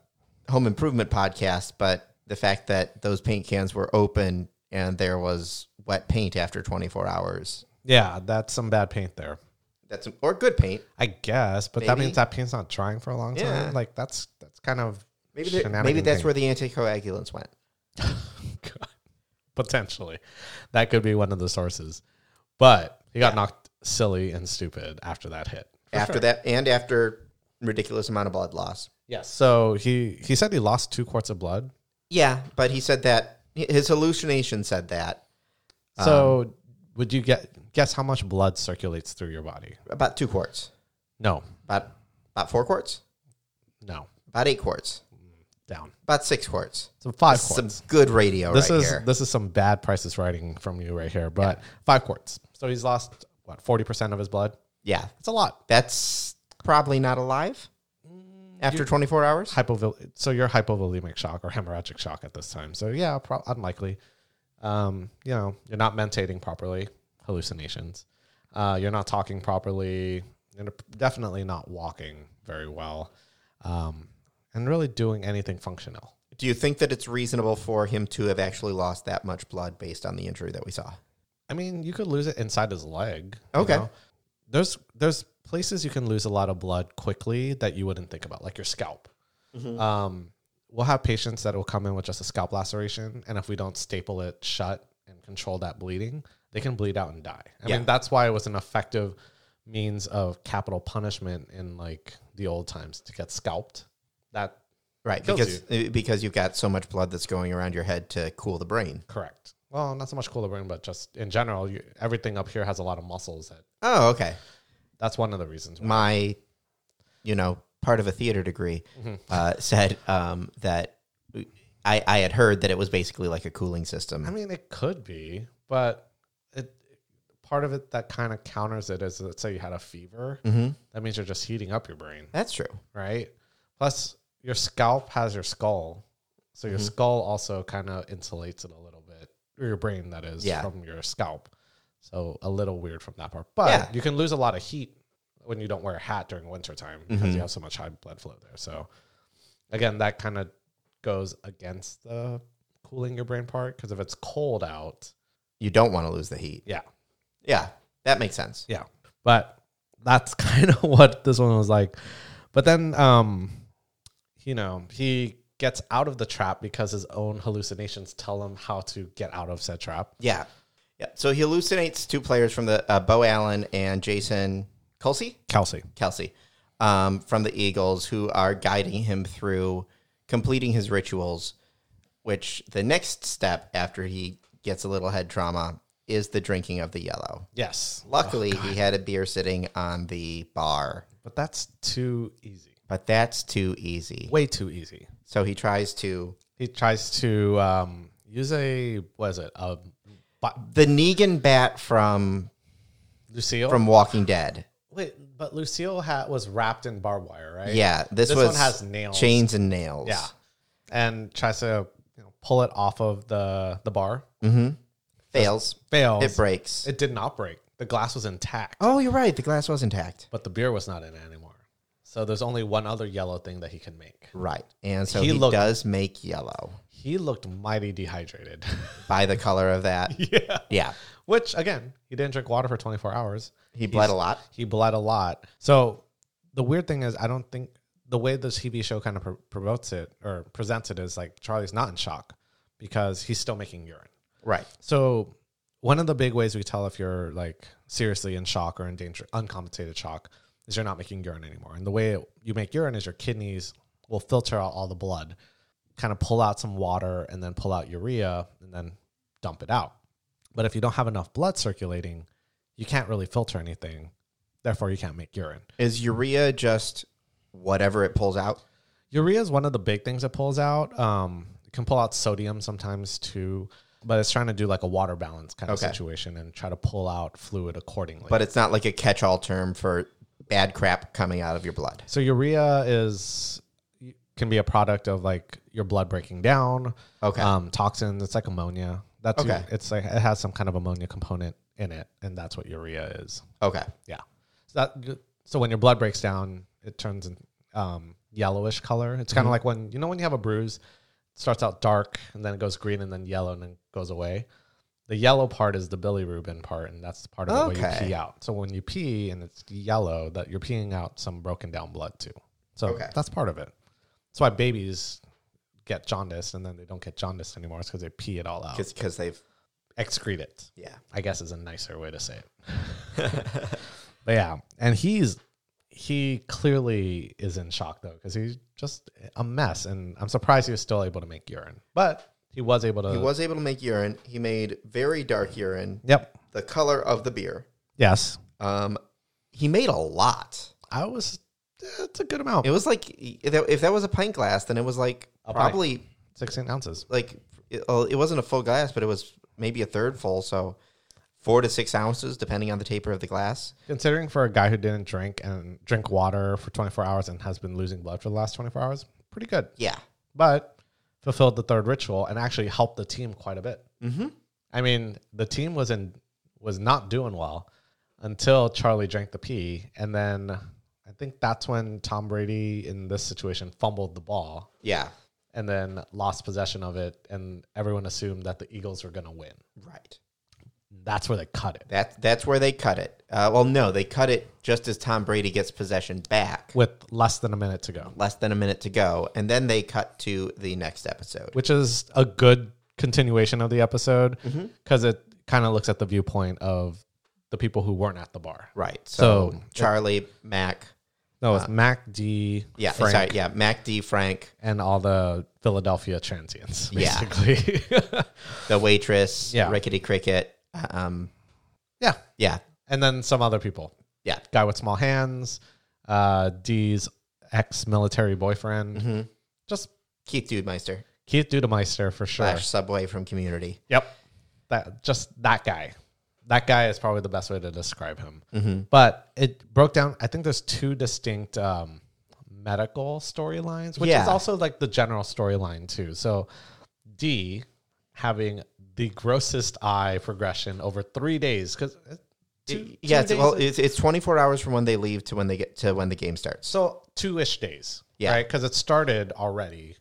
Speaker 1: home improvement podcast, but the fact that those paint cans were open and there was wet paint after 24 hours.
Speaker 2: Yeah, that's some bad paint there.
Speaker 1: That's or good paint.
Speaker 2: I guess, but that
Speaker 1: Maybe.
Speaker 2: means that paint's not drying for a long
Speaker 1: Yeah.
Speaker 2: time. Like that's that's kind of
Speaker 1: Maybe there-
Speaker 2: shenanigan
Speaker 1: maybe that's
Speaker 2: thing.
Speaker 1: where the anticoagulants went.
Speaker 2: *laughs* God. potentially that could be one of the sources. But he got knocked silly and stupid after that hit.
Speaker 1: after that and after ridiculous amount of blood loss.
Speaker 2: Yes. So he he said he lost two quarts of blood.
Speaker 1: Yeah, but he said that his hallucination said that
Speaker 2: So Um, would you get guess how much blood circulates through your body?
Speaker 1: about two quarts,
Speaker 2: No,
Speaker 1: about about four quarts,
Speaker 2: no,
Speaker 1: about eight quarts,
Speaker 2: down.
Speaker 1: about six quarts.
Speaker 2: So five quarts.
Speaker 1: Some good radio
Speaker 2: this
Speaker 1: right
Speaker 2: is
Speaker 1: here.
Speaker 2: this is some bad prices writing from you right here but five quarts so he's lost what 40% of his blood
Speaker 1: yeah,
Speaker 2: it's a lot
Speaker 1: that's probably not alive
Speaker 2: Mm,
Speaker 1: after 24 hours.
Speaker 2: Hypovol- so you're hypovolemic shock or hemorrhagic shock at this time so yeah pro- unlikely um, you know you're not mentating properly hallucinations uh, you're not talking properly and definitely not walking very well um, and really doing anything functional
Speaker 1: Do you think that it's reasonable for him to have actually lost that much blood based on the injury that we saw?
Speaker 2: I mean, you could lose it inside his leg. you
Speaker 1: Okay.
Speaker 2: know? There's there's places you can lose a lot of blood quickly that you wouldn't think about, like your scalp.
Speaker 1: Mm-hmm.
Speaker 2: Um, we'll have patients that will come in with just a scalp laceration, and if we don't staple it shut and control that bleeding, they can bleed out and die. I
Speaker 1: Yeah.
Speaker 2: mean, that's why it was an effective means of capital punishment in like the old times to get scalped. That
Speaker 1: Right,
Speaker 2: Kills
Speaker 1: because uh, because you've got so much blood that's going around your head to cool the brain.
Speaker 2: correct. Well, not so much cooler brain, but just in general, you, everything up here has a lot of muscles. That
Speaker 1: Oh, okay.
Speaker 2: that's one of the reasons. Why.
Speaker 1: my, you know, part of a theater degree uh, said um, that I, I had heard that it was basically like a cooling system.
Speaker 2: I mean, it could be, but it part of it that kind of counters it is let's say you had a fever,
Speaker 1: Mhm.
Speaker 2: that means you're just heating up your brain,
Speaker 1: That's true.
Speaker 2: right? Plus, your scalp has your skull, so
Speaker 1: Mm-hmm.
Speaker 2: your skull also kind of insulates it a little bit, or your brain that is
Speaker 1: Yeah.
Speaker 2: from your scalp. So a little weird from that part, but
Speaker 1: Yeah.
Speaker 2: you can lose a lot of heat when you don't wear a hat during wintertime because
Speaker 1: Mm-hmm.
Speaker 2: you have so much high blood flow there. So again, that kind of goes against the cooling your brain part because if it's cold out,
Speaker 1: You don't want to lose the heat.
Speaker 2: yeah,
Speaker 1: Yeah, that makes sense.
Speaker 2: yeah. But that's *laughs* kind of what this one was like. But then, um, you know, he gets out of the trap because his own hallucinations tell him how to get out of said trap.
Speaker 1: Yeah. Yeah. So he hallucinates two players from the uh, Bo Allen and Jason Kelsey,
Speaker 2: Kelsey.
Speaker 1: Kelsey, um, from the Eagles, who are guiding him through completing his rituals. Which the next step after he gets a little head trauma is the drinking of the yellow.
Speaker 2: Yes.
Speaker 1: Luckily,
Speaker 2: Oh,
Speaker 1: he had a beer sitting on the bar,
Speaker 2: But that's too easy.
Speaker 1: but that's too easy.
Speaker 2: Way too easy.
Speaker 1: So he tries to
Speaker 2: He tries to um, use a, what is it, a but
Speaker 1: the Negan bat from
Speaker 2: Lucille?
Speaker 1: from Walking Dead.
Speaker 2: Wait, but Lucille hat was wrapped in barbed wire, right?
Speaker 1: Yeah, this,
Speaker 2: This
Speaker 1: was
Speaker 2: one has nails.
Speaker 1: chains and nails.
Speaker 2: Yeah. And tries to you know, pull it off of the, the bar.
Speaker 1: Mm-hmm. fails.
Speaker 2: Fails.
Speaker 1: It breaks.
Speaker 2: It did not break. The glass was intact,
Speaker 1: oh, you're right. The glass was intact.
Speaker 2: but the beer was not in it anymore. So there's only one other yellow thing that he can make.
Speaker 1: Right. And so he,
Speaker 2: He looked-
Speaker 1: does make yellow
Speaker 2: He looked mighty dehydrated. *laughs*
Speaker 1: by the color of that.
Speaker 2: yeah.
Speaker 1: yeah.
Speaker 2: Which again, he didn't drink water for 24 hours.
Speaker 1: He bled a lot.
Speaker 2: He bled a lot. So the weird thing is, I don't think the way this TV show kind of pro- promotes it or presents it is like Charlie's not in shock because he's still making urine.
Speaker 1: Right.
Speaker 2: So one of the big ways we tell if you're like seriously in shock or in danger, uncompensated shock, is you're not making urine anymore. And the way you make urine is your kidneys will filter out all the blood, kind of pull out some water and then pull out urea and then dump it out. But if you don't have enough blood circulating, you can't really filter anything. Therefore, you can't make urine.
Speaker 1: Is urea just whatever it pulls out?
Speaker 2: Urea is one of the big things it pulls out. Um, it can pull out sodium sometimes too, but it's trying to do like a water balance kind
Speaker 1: Okay.
Speaker 2: of situation and try to pull out fluid accordingly.
Speaker 1: But it's not like a catch all term for bad crap coming out of your blood.
Speaker 2: so urea is can be a product of like your blood breaking down.
Speaker 1: Okay.
Speaker 2: Um, toxins. It's like ammonia. That's
Speaker 1: Okay.
Speaker 2: It's like it has some kind of ammonia component in it, and that's what urea is.
Speaker 1: Okay.
Speaker 2: Yeah. So that so when your blood breaks down, it turns in um, yellowish color. It's
Speaker 1: Mm-hmm.
Speaker 2: kind of like when you know when you have a bruise, it starts out dark and then it goes green and then yellow and then goes away. The yellow part is the bilirubin part, and that's the part of it where
Speaker 1: Okay.
Speaker 2: you pee out. So when you pee and it's yellow, that you're peeing out some broken down blood too. So
Speaker 1: Okay.
Speaker 2: that's part of it. That's why babies get jaundice and then they don't get jaundice anymore. It's because they pee it all out,
Speaker 1: Because they've,
Speaker 2: excrete it.
Speaker 1: yeah.
Speaker 2: I guess is a nicer way to say it.
Speaker 1: *laughs*
Speaker 2: but yeah, and he's he clearly is in shock though because he's just a mess, and I'm surprised he was still able to make urine, but he was able to.
Speaker 1: He was able to make urine. He made very dark urine,
Speaker 2: Yep.
Speaker 1: the color of the beer.
Speaker 2: Yes.
Speaker 1: Um, he made a lot.
Speaker 2: I was. It's a good amount.
Speaker 1: It was like if that, if that was a pint glass, then it was like
Speaker 2: A pint.
Speaker 1: probably
Speaker 2: Sixteen ounces.
Speaker 1: like it, well, it wasn't a full glass, but it was maybe a third full, so four to six ounces depending on the taper of the glass.
Speaker 2: Considering for a guy who didn't drink and drink water for 24 hours and has been losing blood for the last 24 hours, pretty good.
Speaker 1: Yeah,
Speaker 2: but fulfilled the third ritual and actually helped the team quite a bit. Mm-hmm. I mean, the team was in was not doing well until Charlie drank the pee, and then I think that's when Tom Brady in this situation fumbled the ball
Speaker 1: yeah,
Speaker 2: and then lost possession of it, and everyone assumed that the Eagles were going to win.
Speaker 1: right.
Speaker 2: That's where they cut it
Speaker 1: That that's where they cut it. Uh, well, no, they cut it just as Tom Brady gets possession back,
Speaker 2: with less than a minute to go,
Speaker 1: less than a minute to go, and then they cut to the next episode.
Speaker 2: which is a good continuation of the episode because it kind of looks at the viewpoint of the people who weren't at the bar.
Speaker 1: Right. So,
Speaker 2: So-
Speaker 1: Charlie Mac.
Speaker 2: No, it's Mac D,
Speaker 1: Uh, Yeah,
Speaker 2: Frank,
Speaker 1: sorry. Yeah, Mac D. Frank,
Speaker 2: and all the Philadelphia transients,
Speaker 1: Yeah.
Speaker 2: basically. *laughs* Yeah.
Speaker 1: the waitress,
Speaker 2: Yeah.
Speaker 1: Rickety Cricket. Um, yeah,
Speaker 2: And then some other people.
Speaker 1: yeah,
Speaker 2: Guy with small hands,
Speaker 1: Mm-hmm.
Speaker 2: uh, D's ex military boyfriend. Just
Speaker 1: Keith Dudemeister.
Speaker 2: Keith Dudemeister for sure.
Speaker 1: slash Subway from Community.
Speaker 2: Yep. That just that guy. That guy is probably the best way to describe him. But it broke down. I think there's two distinct um, medical storylines, which
Speaker 1: Yeah.
Speaker 2: is also like the general storyline too. So D having the grossest eye progression over three days uh, because
Speaker 1: yeah, it's, well, it's, it's 24 hours from when they leave to when they get to when the game starts.
Speaker 2: so two ish days,
Speaker 1: Yeah.
Speaker 2: right? Because it started already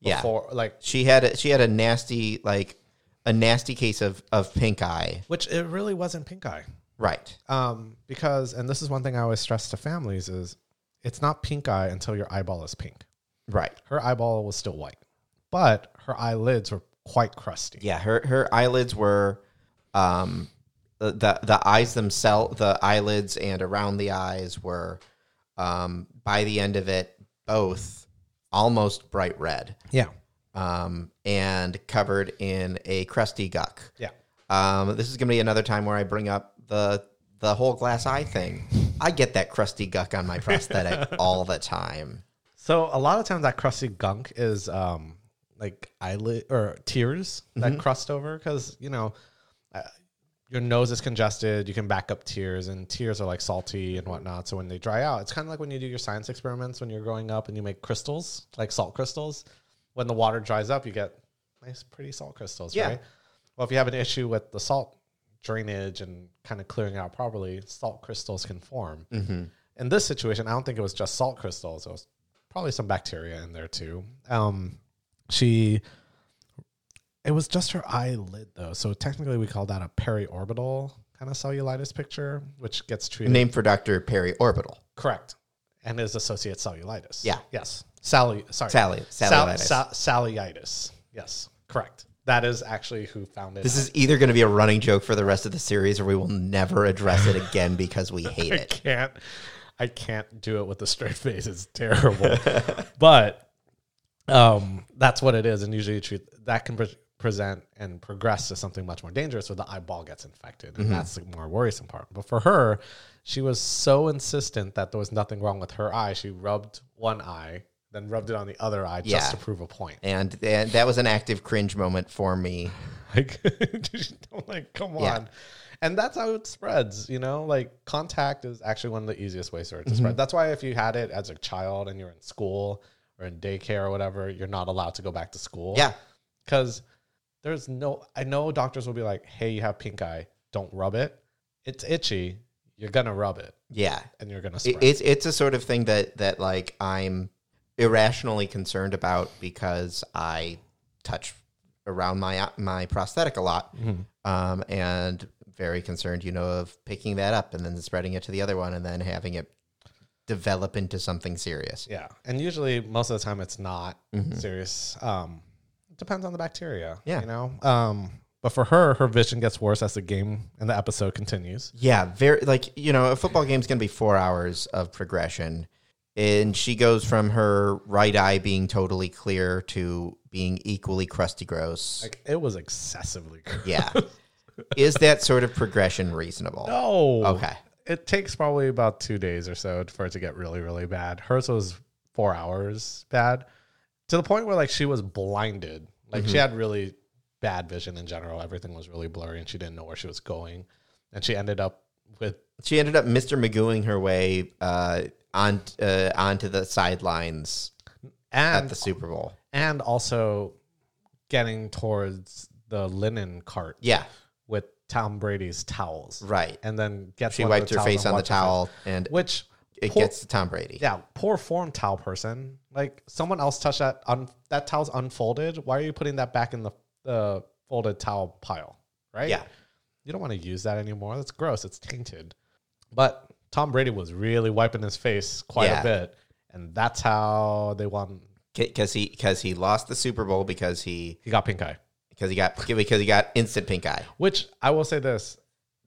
Speaker 1: Yeah.
Speaker 2: before, like
Speaker 1: She had a, she had a nasty like a nasty case of of pink eye.
Speaker 2: which it really wasn't pink eye.
Speaker 1: Right.
Speaker 2: um, because and this is one thing I always stress to families is it's not pink eye until your eyeball is pink.
Speaker 1: Right.
Speaker 2: Her eyeball was still white, but her eyelids were quite crusty.
Speaker 1: Yeah, her her eyelids were um the the, the eyes themselves, the eyelids and around the eyes were um by the end of it both almost bright red.
Speaker 2: yeah,
Speaker 1: um, and covered in a crusty guck.
Speaker 2: yeah.
Speaker 1: Um, this is going to be another time where I bring up the the whole glass eye thing. I get that crusty guck on my
Speaker 2: *laughs*
Speaker 1: prosthetic all the time.
Speaker 2: So a lot of times that crusty gunk is um, like eyelid or tears that crust over because you know. uh, Your nose is congested. You can back up tears, and tears are like salty and whatnot. So when they dry out, it's kind of like when you do your science experiments when you're growing up and you make crystals, like salt crystals. When the water dries up, you get nice, pretty salt crystals,
Speaker 1: Yeah.
Speaker 2: right? Well, if you have an issue with the salt drainage and kind of clearing out properly, salt crystals can form. In this situation, I don't think it was just salt crystals. It was probably some bacteria in there too. Um, she, it was just her eyelid though. So technically, we call that a periorbital kind of cellulitis picture, which gets treated
Speaker 1: Named for Dr. Perry Orbital.
Speaker 2: correct and is associated cellulitis.
Speaker 1: Yeah.
Speaker 2: Yes. Sally. Sorry.
Speaker 1: Sally.
Speaker 2: Sal-
Speaker 1: Sally.
Speaker 2: sa- Sallyitis. Yes. Correct. That is actually who founded.
Speaker 1: this is either going to be a running joke for the rest of the series or we will never address it again because we
Speaker 2: *laughs*
Speaker 1: hate
Speaker 2: I
Speaker 1: it.
Speaker 2: can't I can't do it with a straight face. It's
Speaker 1: *laughs*
Speaker 2: terrible. but um that's what it is and usually you treat that can pre- present and progress to something much more dangerous where the eyeball gets infected
Speaker 1: Mm-hmm.
Speaker 2: and that's the more worrisome part. But for her, she was so insistent that there was nothing wrong with her eye. She rubbed one eye, then rubbed it on the other eye
Speaker 1: Yeah.
Speaker 2: just to prove a point.
Speaker 1: And, and that was an active cringe moment for me.
Speaker 2: *laughs* Like, just- I'm like, come on.
Speaker 1: Yeah.
Speaker 2: And that's how it spreads, you know? Like, contact is actually one of the easiest ways for it to
Speaker 1: Mm-hmm.
Speaker 2: spread. That's why if you had it as a child and you're in school or in daycare or whatever, you're not allowed to go back to school.
Speaker 1: Yeah.
Speaker 2: Because there's no, I know doctors will be like, hey, you have pink eye. Don't rub it. It's itchy. You're going to rub it
Speaker 1: Yeah.
Speaker 2: and you're going to
Speaker 1: it,
Speaker 2: spread.
Speaker 1: it's it's a sort of thing that that like I'm irrationally concerned about because I touch around my my prosthetic a lot, um, and very concerned, you know, of picking that up and then spreading it to the other one and then having it develop into something serious.
Speaker 2: yeah. And usually, most of the time, it's not serious. Um, it depends on the bacteria.
Speaker 1: Mm-hmm. Yeah.
Speaker 2: You know? Um, but for her, her vision gets worse as the game and the episode continues.
Speaker 1: Yeah, very like you know, a football game's gonna be four hours of progression. And she goes from her right eye being totally clear to being equally crusty gross.
Speaker 2: Like, it was excessively gross.
Speaker 1: Yeah. Is that sort of progression reasonable?
Speaker 2: No.
Speaker 1: Okay.
Speaker 2: It takes probably about two days or so for it to get really, really bad. Hers was four hours bad to the point where, like, she was blinded. Like,
Speaker 1: Mm-hmm.
Speaker 2: she had really bad vision in general. Everything was really blurry and she didn't know where she was going. And she ended up with
Speaker 1: She ended up Mr. Magooing her way uh, on uh, onto the sidelines
Speaker 2: and
Speaker 1: at the Super Bowl.
Speaker 2: and also getting towards the linen cart
Speaker 1: Yeah,
Speaker 2: with Tom Brady's towels.
Speaker 1: right.
Speaker 2: And then gets
Speaker 1: She
Speaker 2: one of
Speaker 1: wiped her
Speaker 2: the towels
Speaker 1: face
Speaker 2: and
Speaker 1: on the
Speaker 2: wiped her face.
Speaker 1: towel, and
Speaker 2: Which
Speaker 1: it
Speaker 2: poor-
Speaker 1: gets to Tom Brady.
Speaker 2: yeah, poor form towel person. Like someone else touched that un- that towel's unfolded. Why are you putting that back in the the folded towel pile? Right?
Speaker 1: Yeah.
Speaker 2: You don't want to use that anymore. That's gross. It's tainted. But Tom Brady was really wiping his face quite
Speaker 1: Yeah.
Speaker 2: a bit. And that's how they won.
Speaker 1: because he because he lost the Super Bowl because he
Speaker 2: He got pink eye.
Speaker 1: because he got because he got instant pink eye.
Speaker 2: Which I will say this: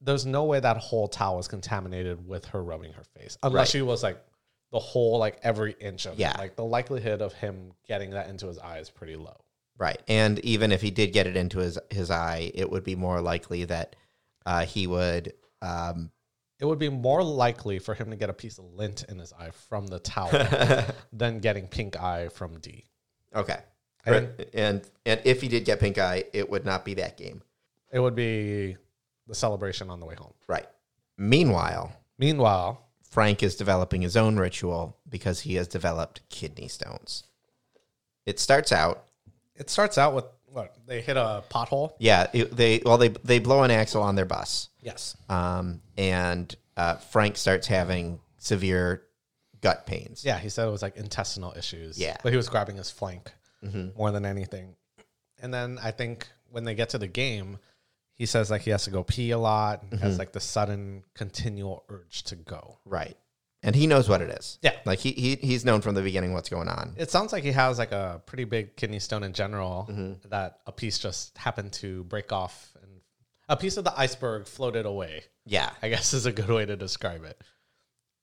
Speaker 2: there's no way that whole towel was contaminated with her rubbing her face, unless
Speaker 1: Right.
Speaker 2: she was like the whole like every inch of
Speaker 1: Yeah.
Speaker 2: It. Like the likelihood of him getting that into his eye is pretty low.
Speaker 1: Right, and even if he did get it into his his eye, it would be more likely that uh, he would.
Speaker 2: *laughs*
Speaker 1: Um,
Speaker 2: It would be more likely for him to get a piece of
Speaker 1: *laughs*
Speaker 2: lint in his eye from the towel than getting pink eye from D.
Speaker 1: okay,
Speaker 2: And
Speaker 1: Right. And and if he did get pink eye, it would not be that game.
Speaker 2: it would be the celebration on the way home.
Speaker 1: Right. Meanwhile,
Speaker 2: Meanwhile,
Speaker 1: Frank is developing his own ritual because he has developed kidney stones. It starts out,
Speaker 2: it starts out with what they hit a pothole.
Speaker 1: yeah. It, they well, they they blow an axle on their bus,
Speaker 2: Yes.
Speaker 1: um, and uh, Frank starts having severe gut pains.
Speaker 2: Yeah, he said it was like intestinal issues.
Speaker 1: Yeah.
Speaker 2: But he was grabbing his flank more than anything. And then I think when they get to the game, he says like he has to go pee a lot, has like the sudden continual urge to go.
Speaker 1: Right. And he knows what it is.
Speaker 2: Yeah.
Speaker 1: Like he, he he's known from the beginning what's going on.
Speaker 2: It sounds like he has like a pretty big kidney stone in general that a piece just happened to break off and a piece of the iceberg floated away,
Speaker 1: Yeah.
Speaker 2: I guess is a good way to describe it.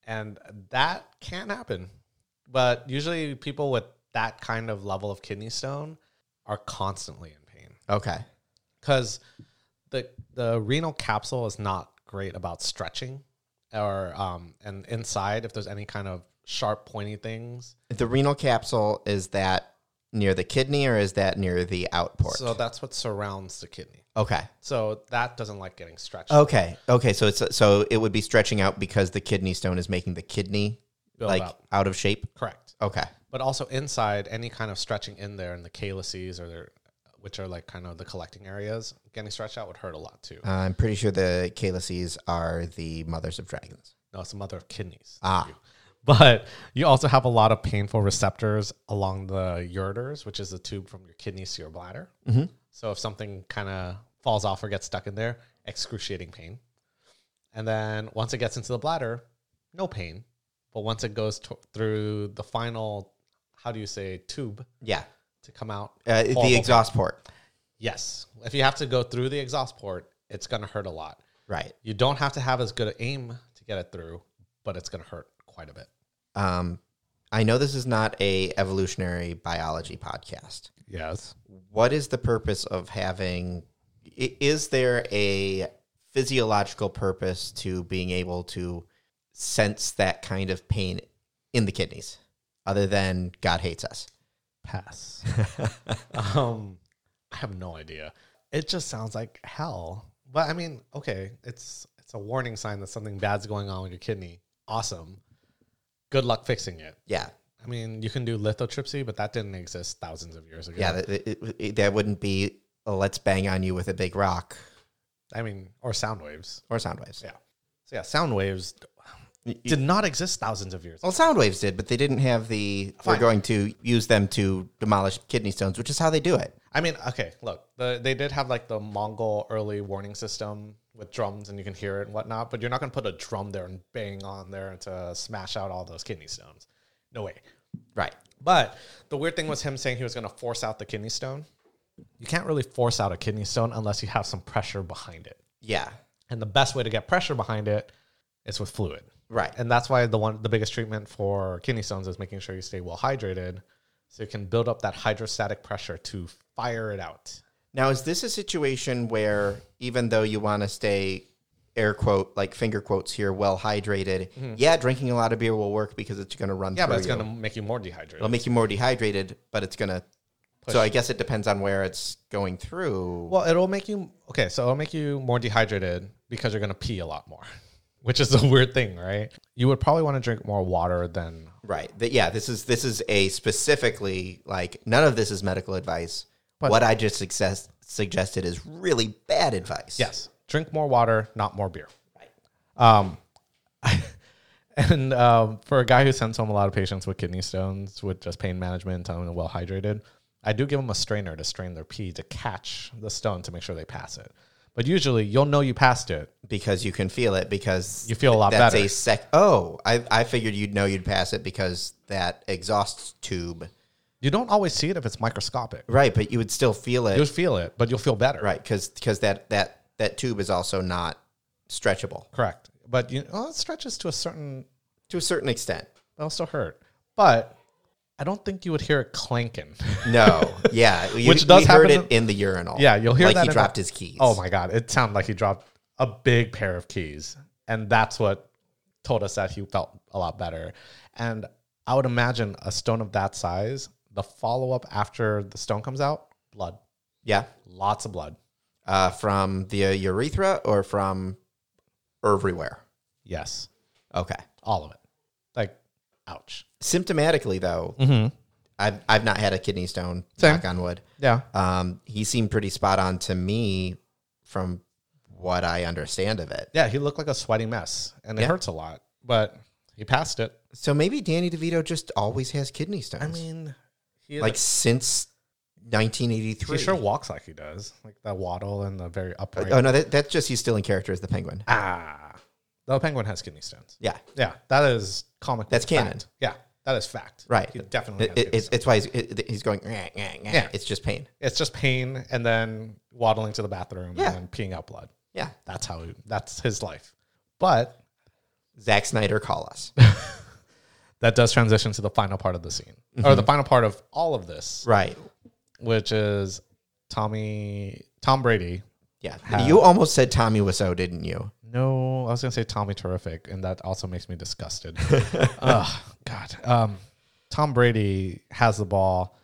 Speaker 2: And that can happen. But usually people with that kind of level of kidney stone are constantly in pain
Speaker 1: Okay.
Speaker 2: because the the renal capsule is not great about stretching or um and inside if there's any kind of sharp pointy things
Speaker 1: The renal capsule is that near the kidney or is that near the outport?
Speaker 2: so that's what surrounds the kidney
Speaker 1: okay.
Speaker 2: so that doesn't like getting stretched
Speaker 1: Okay. Okay. So it's so it would be stretching out because the kidney stone is making the kidney
Speaker 2: build
Speaker 1: like
Speaker 2: up
Speaker 1: out of shape.
Speaker 2: correct
Speaker 1: Okay.
Speaker 2: but also inside any kind of stretching in there in the calyces or their which are like kind of the collecting areas getting stretched out would hurt a lot too
Speaker 1: Uh, I'm pretty sure the calyces are the mothers of dragons.
Speaker 2: no it's the mother of kidneys
Speaker 1: Ah.
Speaker 2: but you also have a lot of painful receptors along the ureters, which is the tube from your kidneys to your bladder.
Speaker 1: Mhm.
Speaker 2: So if something kind of falls off or gets stuck in there, excruciating pain. And then once it gets into the bladder, no pain. But once it goes to- through the final, how do you say, tube
Speaker 1: Yeah.
Speaker 2: to come out?
Speaker 1: Uh, the
Speaker 2: horrible
Speaker 1: exhaust port.
Speaker 2: pain. Yes. If you have to go through the exhaust port, it's going to hurt a lot.
Speaker 1: Right.
Speaker 2: You don't have to have as good an aim to get it through, but it's going to hurt quite a bit.
Speaker 1: Um, I know this is not a evolutionary biology podcast.
Speaker 2: Yes.
Speaker 1: what is the purpose of having i- is there a physiological purpose to being able to sense that kind of pain in the kidneys other than god hates
Speaker 2: *laughs*
Speaker 1: us
Speaker 2: pass. *laughs* um, I have no idea. It just sounds like hell. But I mean, okay, it's it's a warning sign that something bad's going on with your kidney. Awesome. Good luck fixing it.
Speaker 1: yeah
Speaker 2: I mean, you can do lithotripsy, but that didn't exist thousands of years ago.
Speaker 1: yeah that, it- it- that wouldn't be a let's bang on you with a big rock
Speaker 2: I mean, or sound waves.
Speaker 1: or sound waves
Speaker 2: Yeah. So yeah, sound waves
Speaker 1: Y- y-
Speaker 2: did not exist thousands of years. ago.
Speaker 1: well sound waves did but they didn't have the we're
Speaker 2: Fine.
Speaker 1: going to use them to demolish kidney stones which is how they do it
Speaker 2: I mean, okay, look, the, they did have like the Mongol early warning system with drums and you can hear it and whatnot, but you're not going to put a drum there and bang on there to smash out all those kidney stones. No way.
Speaker 1: right
Speaker 2: But the weird thing was him saying he was going to force out the kidney stone. You can't really force out a kidney stone unless you have some pressure behind it.
Speaker 1: yeah
Speaker 2: And the best way to get pressure behind it is with fluid.
Speaker 1: right
Speaker 2: And that's why the one the biggest treatment for kidney stones is making sure you stay well hydrated so you can build up that hydrostatic pressure to fire it out.
Speaker 1: Now, is this a situation where even though you want to stay, air quote, like finger quotes here, well hydrated, yeah, drinking a lot of beer will work because it's going to run
Speaker 2: Mm-hmm. Yeah,
Speaker 1: through
Speaker 2: but it's
Speaker 1: you.
Speaker 2: going to make you more dehydrated.
Speaker 1: It'll make you more dehydrated, but it's going to. So I guess it depends on where it's going through.
Speaker 2: well, it'll make you okay. So it'll make you more dehydrated because you're going to pee a lot more, *laughs* which is a weird thing, right? You would probably want to drink more water than
Speaker 1: right. Th- yeah, this is this is a specifically like none of this is medical advice. what I just success- suggested is really bad advice.
Speaker 2: yes. Drink more water, not more beer. Um, *laughs* and um, for a guy who sends home a lot of patients with kidney stones, with just pain management, and telling them well hydrated, I do give them a strainer to strain their pee to catch the stone to make sure they pass it. But usually, you'll know you passed it
Speaker 1: because you can feel it because
Speaker 2: You feel a lot
Speaker 1: that's
Speaker 2: better.
Speaker 1: a sec oh I, I figured you'd know you'd pass it because that exhaust tube
Speaker 2: You don't always see it if it's microscopic.
Speaker 1: right but you would still feel it
Speaker 2: You'll feel it, but you'll feel better.
Speaker 1: right because that that that tube is also not stretchable
Speaker 2: Correct. But you well, it stretches to a certain
Speaker 1: to a certain extent
Speaker 2: that'll still hurt. But I don't think you would hear it clanking. *laughs*
Speaker 1: no *laughs* yeah you,
Speaker 2: Which does
Speaker 1: we heard
Speaker 2: happen
Speaker 1: it in the urinal
Speaker 2: yeah, you'll hear
Speaker 1: like
Speaker 2: that
Speaker 1: he
Speaker 2: in
Speaker 1: dropped
Speaker 2: the-
Speaker 1: his keys
Speaker 2: oh my god, it sounded like he dropped a big pair of keys. And that's what told us that he felt a lot better. And I would imagine a stone of that size, The follow up after the stone comes out, blood,
Speaker 1: Yeah.
Speaker 2: lots of blood.
Speaker 1: Uh, from the uh, urethra or from everywhere?
Speaker 2: Yes,
Speaker 1: Okay.
Speaker 2: all of it. Like, ouch.
Speaker 1: Symptomatically, though,
Speaker 2: Mm-hmm.
Speaker 1: I've, I've not had a kidney stone,
Speaker 2: Same.
Speaker 1: knock on wood.
Speaker 2: Yeah.
Speaker 1: Um, he seemed pretty spot on to me from what I understand of it.
Speaker 2: Yeah, he looked like a sweaty mess, and it
Speaker 1: Yeah.
Speaker 2: hurts a lot, but he passed it.
Speaker 1: So maybe Danny DeVito just always has kidney stones.
Speaker 2: I mean, he
Speaker 1: like
Speaker 2: like
Speaker 1: since 1983.
Speaker 2: he sure walks like he does, like the waddle and the very upright.
Speaker 1: Oh no, that, that's just he's still in character as the Penguin.
Speaker 2: ah, the penguin has kidney stones.
Speaker 1: Yeah,
Speaker 2: Yeah, that is comic. book
Speaker 1: That's canon.
Speaker 2: fact. Yeah, that is fact.
Speaker 1: Right.
Speaker 2: he definitely.
Speaker 1: it, it-
Speaker 2: has kidney
Speaker 1: it's-
Speaker 2: stones.
Speaker 1: it's why he's, it, he's going. "Nyeh, nyeh, nyeh."
Speaker 2: Yeah.
Speaker 1: It's just pain.
Speaker 2: it's just pain and then waddling to the bathroom
Speaker 1: Yeah.
Speaker 2: and then peeing out blood.
Speaker 1: Yeah.
Speaker 2: That's how he, that's his life. But
Speaker 1: Zack Snyder, call
Speaker 2: *laughs*
Speaker 1: us.
Speaker 2: that does transition to the final part of the scene or the final part of all of this,
Speaker 1: Mm-hmm. right.
Speaker 2: which is Tommy Tom Brady.
Speaker 1: Yeah. You almost said Tommy Wiseau, didn't you?
Speaker 2: No, I was gonna say Tommy Terrific, and that also makes me disgusted. Ugh, God. Um, Tom Brady has the ball.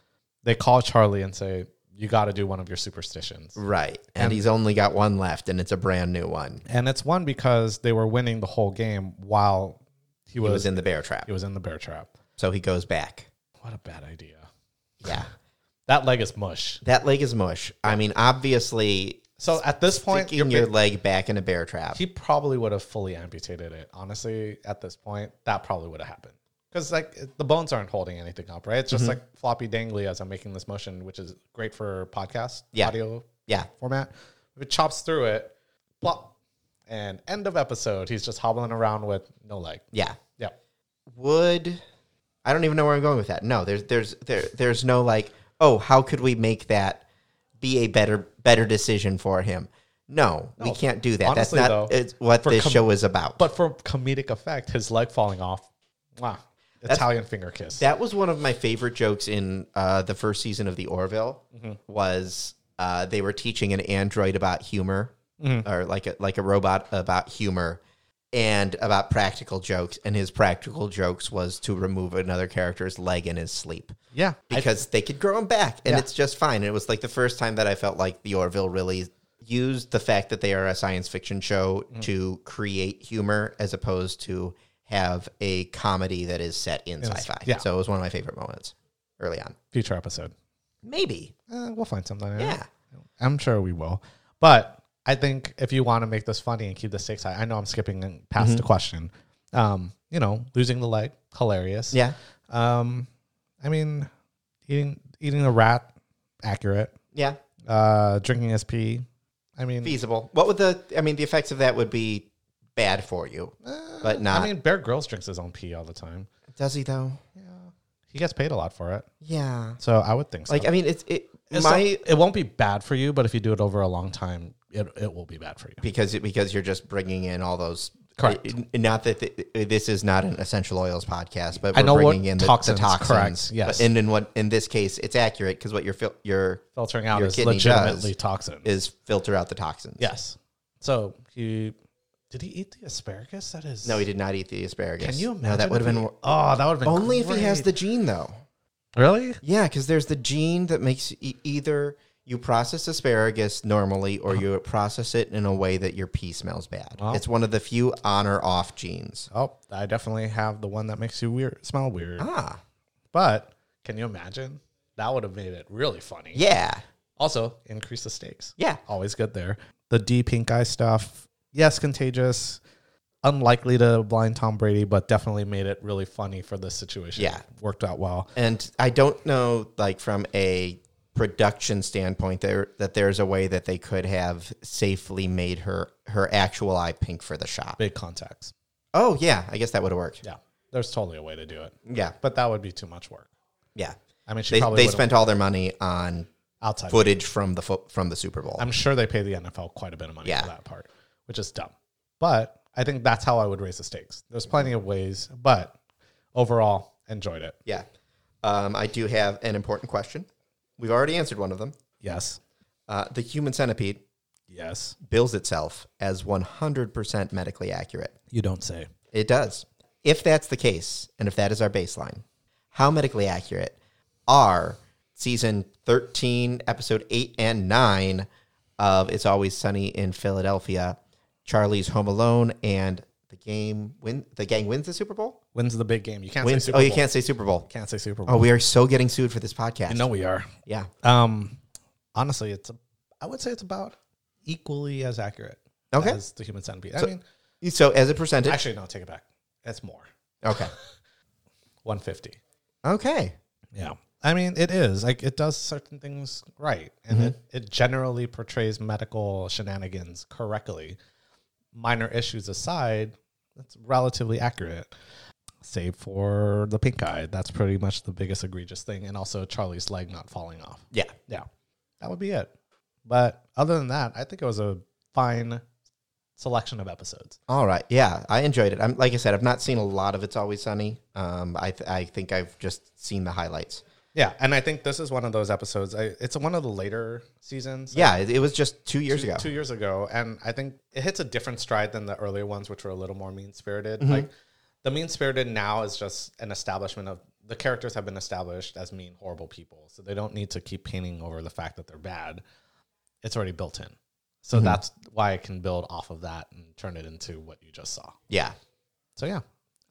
Speaker 2: They call Charlie and say, "You got to do one of your superstitions."
Speaker 1: Right. And, he's only got one left, and it's a brand new one.
Speaker 2: And it's one because they were winning the whole game while he
Speaker 1: He
Speaker 2: was,
Speaker 1: was in the bear trap,
Speaker 2: he was in the bear trap.
Speaker 1: so he goes back.
Speaker 2: What a bad idea.
Speaker 1: Yeah.
Speaker 2: That leg is mush.
Speaker 1: That leg is mush. I mean, obviously,
Speaker 2: So at this point,
Speaker 1: sticking
Speaker 2: you're-
Speaker 1: your leg back in a bear trap.
Speaker 2: he probably would have fully amputated it. Honestly, at this point, that probably would have happened because like it- the bones aren't holding anything up, right? It's
Speaker 1: Mm-hmm.
Speaker 2: just like floppy dangly as I'm making this motion, which is great for podcast
Speaker 1: Yeah.
Speaker 2: audio
Speaker 1: yeah.
Speaker 2: format. If it chops through it, plop, and end of episode. He's just hobbling around with no leg.
Speaker 1: Yeah.
Speaker 2: Yeah,
Speaker 1: would I don't even know where I'm going with that. No, there's there's there there's no like, oh, how could we make that be a better better decision for him? No, we
Speaker 2: No.
Speaker 1: can't do that.
Speaker 2: Honestly,
Speaker 1: That's
Speaker 2: though,
Speaker 1: not it's what
Speaker 2: for
Speaker 1: this
Speaker 2: com-
Speaker 1: show is about.
Speaker 2: but for comedic effect, his leg falling off. Wow, Italian finger kiss.
Speaker 1: that was one of my favorite jokes in uh, the first season of the Orville was uh, they were teaching an android about humor or like a, like a robot about humor and about practical jokes and his practical jokes was to remove another character's leg in his sleep.
Speaker 2: yeah, I-
Speaker 1: because they could grow them back and
Speaker 2: Yeah.
Speaker 1: it's just fine. And it was like the first time that I felt like the Orville really used the fact that they are a science fiction show
Speaker 2: Mm.
Speaker 1: to create humor as opposed to have a comedy that is set in
Speaker 2: Yes.
Speaker 1: sci-fi.
Speaker 2: Yeah.
Speaker 1: So it was one of my favorite moments early on.
Speaker 2: future episode.
Speaker 1: Maybe.
Speaker 2: Eh, we'll find something. out.
Speaker 1: Yeah.
Speaker 2: I'm sure we will. But I think if you want to make this funny and keep the stakes high, I know I'm skipping past
Speaker 1: Mm-hmm.
Speaker 2: the question. Um, you know, losing the leg, hilarious.
Speaker 1: Yeah.
Speaker 2: Um, I mean, eating eating a rat, accurate.
Speaker 1: Yeah.
Speaker 2: Uh, drinking his pee. I mean,
Speaker 1: Feasible. What would the I mean the effects of that would be bad for you. But not
Speaker 2: eh, I mean, Bear Grylls drinks his own pee all the time.
Speaker 1: does he though?
Speaker 2: He gets paid a lot for it,
Speaker 1: Yeah.
Speaker 2: so I would think so.
Speaker 1: Like I mean it's it
Speaker 2: It's
Speaker 1: my
Speaker 2: not- it won't be bad for you, but if you do it over a long time, it it will be bad for you.
Speaker 1: because because you're just bringing in all those.
Speaker 2: Correct.
Speaker 1: N- Not that th- this is not an essential oils podcast, but we're
Speaker 2: I know what
Speaker 1: bringing in the
Speaker 2: toxins,
Speaker 1: The toxins.
Speaker 2: correct, yes.
Speaker 1: But- and in what in this case, it's accurate because what you're fil- you're
Speaker 2: Filtering out
Speaker 1: Your
Speaker 2: is
Speaker 1: kidney
Speaker 2: legitimately
Speaker 1: does.
Speaker 2: toxin.
Speaker 1: is filter out the toxins.
Speaker 2: Yes. So he did he eat the asparagus? That is
Speaker 1: No, he did not eat the asparagus.
Speaker 2: Can you imagine?
Speaker 1: No, that would
Speaker 2: if
Speaker 1: have
Speaker 2: he-
Speaker 1: been
Speaker 2: oh, that would have been
Speaker 1: only if he has the
Speaker 2: great.
Speaker 1: gene though.
Speaker 2: really.
Speaker 1: Yeah, because there's the gene that makes e- either you process asparagus normally or you process it in a way that your pee smells bad.
Speaker 2: Well.
Speaker 1: It's one of the few on or off genes.
Speaker 2: Oh, I definitely have the one that makes you weird, smell weird.
Speaker 1: Ah,
Speaker 2: But can you imagine? That would have made it really funny.
Speaker 1: yeah,
Speaker 2: Also, increase the stakes.
Speaker 1: yeah.
Speaker 2: Always good there. The D pink eye stuff. Yes, contagious. Unlikely to blind Tom Brady, but definitely made it really funny for this situation.
Speaker 1: Yeah.
Speaker 2: worked out well.
Speaker 1: and I don't know, like from a production standpoint, there that there's a way that they could have safely made her her actual eye pink for the shot.
Speaker 2: Big contacts.
Speaker 1: Oh yeah, I guess that would have worked.
Speaker 2: Yeah, there's totally a way to do it,
Speaker 1: Yeah,
Speaker 2: but that would be too much work.
Speaker 1: yeah.
Speaker 2: I mean, she
Speaker 1: They,
Speaker 2: probably
Speaker 1: they
Speaker 2: would've-
Speaker 1: spent all their money on
Speaker 2: outside.
Speaker 1: footage from the fo- from the Super Bowl.
Speaker 2: I'm sure they pay the NFL quite a bit of money
Speaker 1: Yeah.
Speaker 2: for that part, which is dumb. But I think that's how I would raise the stakes. There's plenty of ways, but overall, enjoyed it.
Speaker 1: yeah, um, I do have an important question. We've already answered one of them.
Speaker 2: Yes.
Speaker 1: Uh, the human centipede
Speaker 2: Yes.
Speaker 1: bills itself as 100% medically accurate.
Speaker 2: You don't say.
Speaker 1: It does. If that's the case, and if that is our baseline, how medically accurate are season 13, episode 8 and 9 of It's Always Sunny in Philadelphia. Charlie's home alone and the game win the gang wins the Super Bowl?
Speaker 2: When's the big game? You can't
Speaker 1: Wins,
Speaker 2: say Super
Speaker 1: oh, you
Speaker 2: Bowl.
Speaker 1: can't say Super Bowl.
Speaker 2: Can't say Super Bowl.
Speaker 1: Oh, we are so getting sued for this podcast.
Speaker 2: you know we are.
Speaker 1: Yeah.
Speaker 2: Um, honestly, it's a, I would say it's about equally as accurate
Speaker 1: Okay.
Speaker 2: as the human centipede. I mean,
Speaker 1: So as a percentage.
Speaker 2: actually, no, take it back. That's more
Speaker 1: okay.
Speaker 2: one fifty.
Speaker 1: Okay.
Speaker 2: Yeah, I mean, it is like it does certain things right, and it, it generally portrays medical shenanigans correctly. Minor issues aside, that's relatively accurate. Save for the pink eye, that's pretty much the biggest egregious thing, and also Charlie's leg not falling off.
Speaker 1: Yeah.
Speaker 2: Yeah, that would be it. But other than that, I think it was a fine selection of episodes.
Speaker 1: All right. Yeah, I enjoyed it. I'm like I said, I've not seen a lot of It's Always Sunny. Um, I th- I think I've just seen the highlights.
Speaker 2: Yeah, and I think this is one of those episodes. I, it's one of the later seasons.
Speaker 1: Yeah, it, it was just two years
Speaker 2: two,
Speaker 1: ago.
Speaker 2: two years ago, and I think it hits a different stride than the earlier ones, which were a little more mean spirited.
Speaker 1: Mm-hmm.
Speaker 2: Like the mean spirited now is just an establishment of the characters have been established as mean, horrible people, so they don't need to keep painting over the fact that they're bad. It's already built in, so
Speaker 1: Mm-hmm.
Speaker 2: that's why I can build off of that and turn it into what you just saw.
Speaker 1: Yeah.
Speaker 2: So yeah,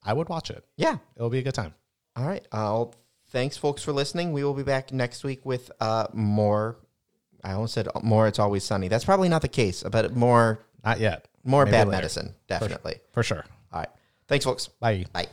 Speaker 2: I would watch it.
Speaker 1: Yeah.
Speaker 2: It'll be a good time.
Speaker 1: All right. Uh, well, thanks, folks, for listening. We will be back next week with uh, more. I almost said uh, more. It's always sunny. That's probably not the case, but more
Speaker 2: Not yet,
Speaker 1: more
Speaker 2: Maybe
Speaker 1: bad
Speaker 2: later.
Speaker 1: medicine, definitely.
Speaker 2: for sure.
Speaker 1: All right. Thanks, folks.
Speaker 2: Bye.
Speaker 1: Bye.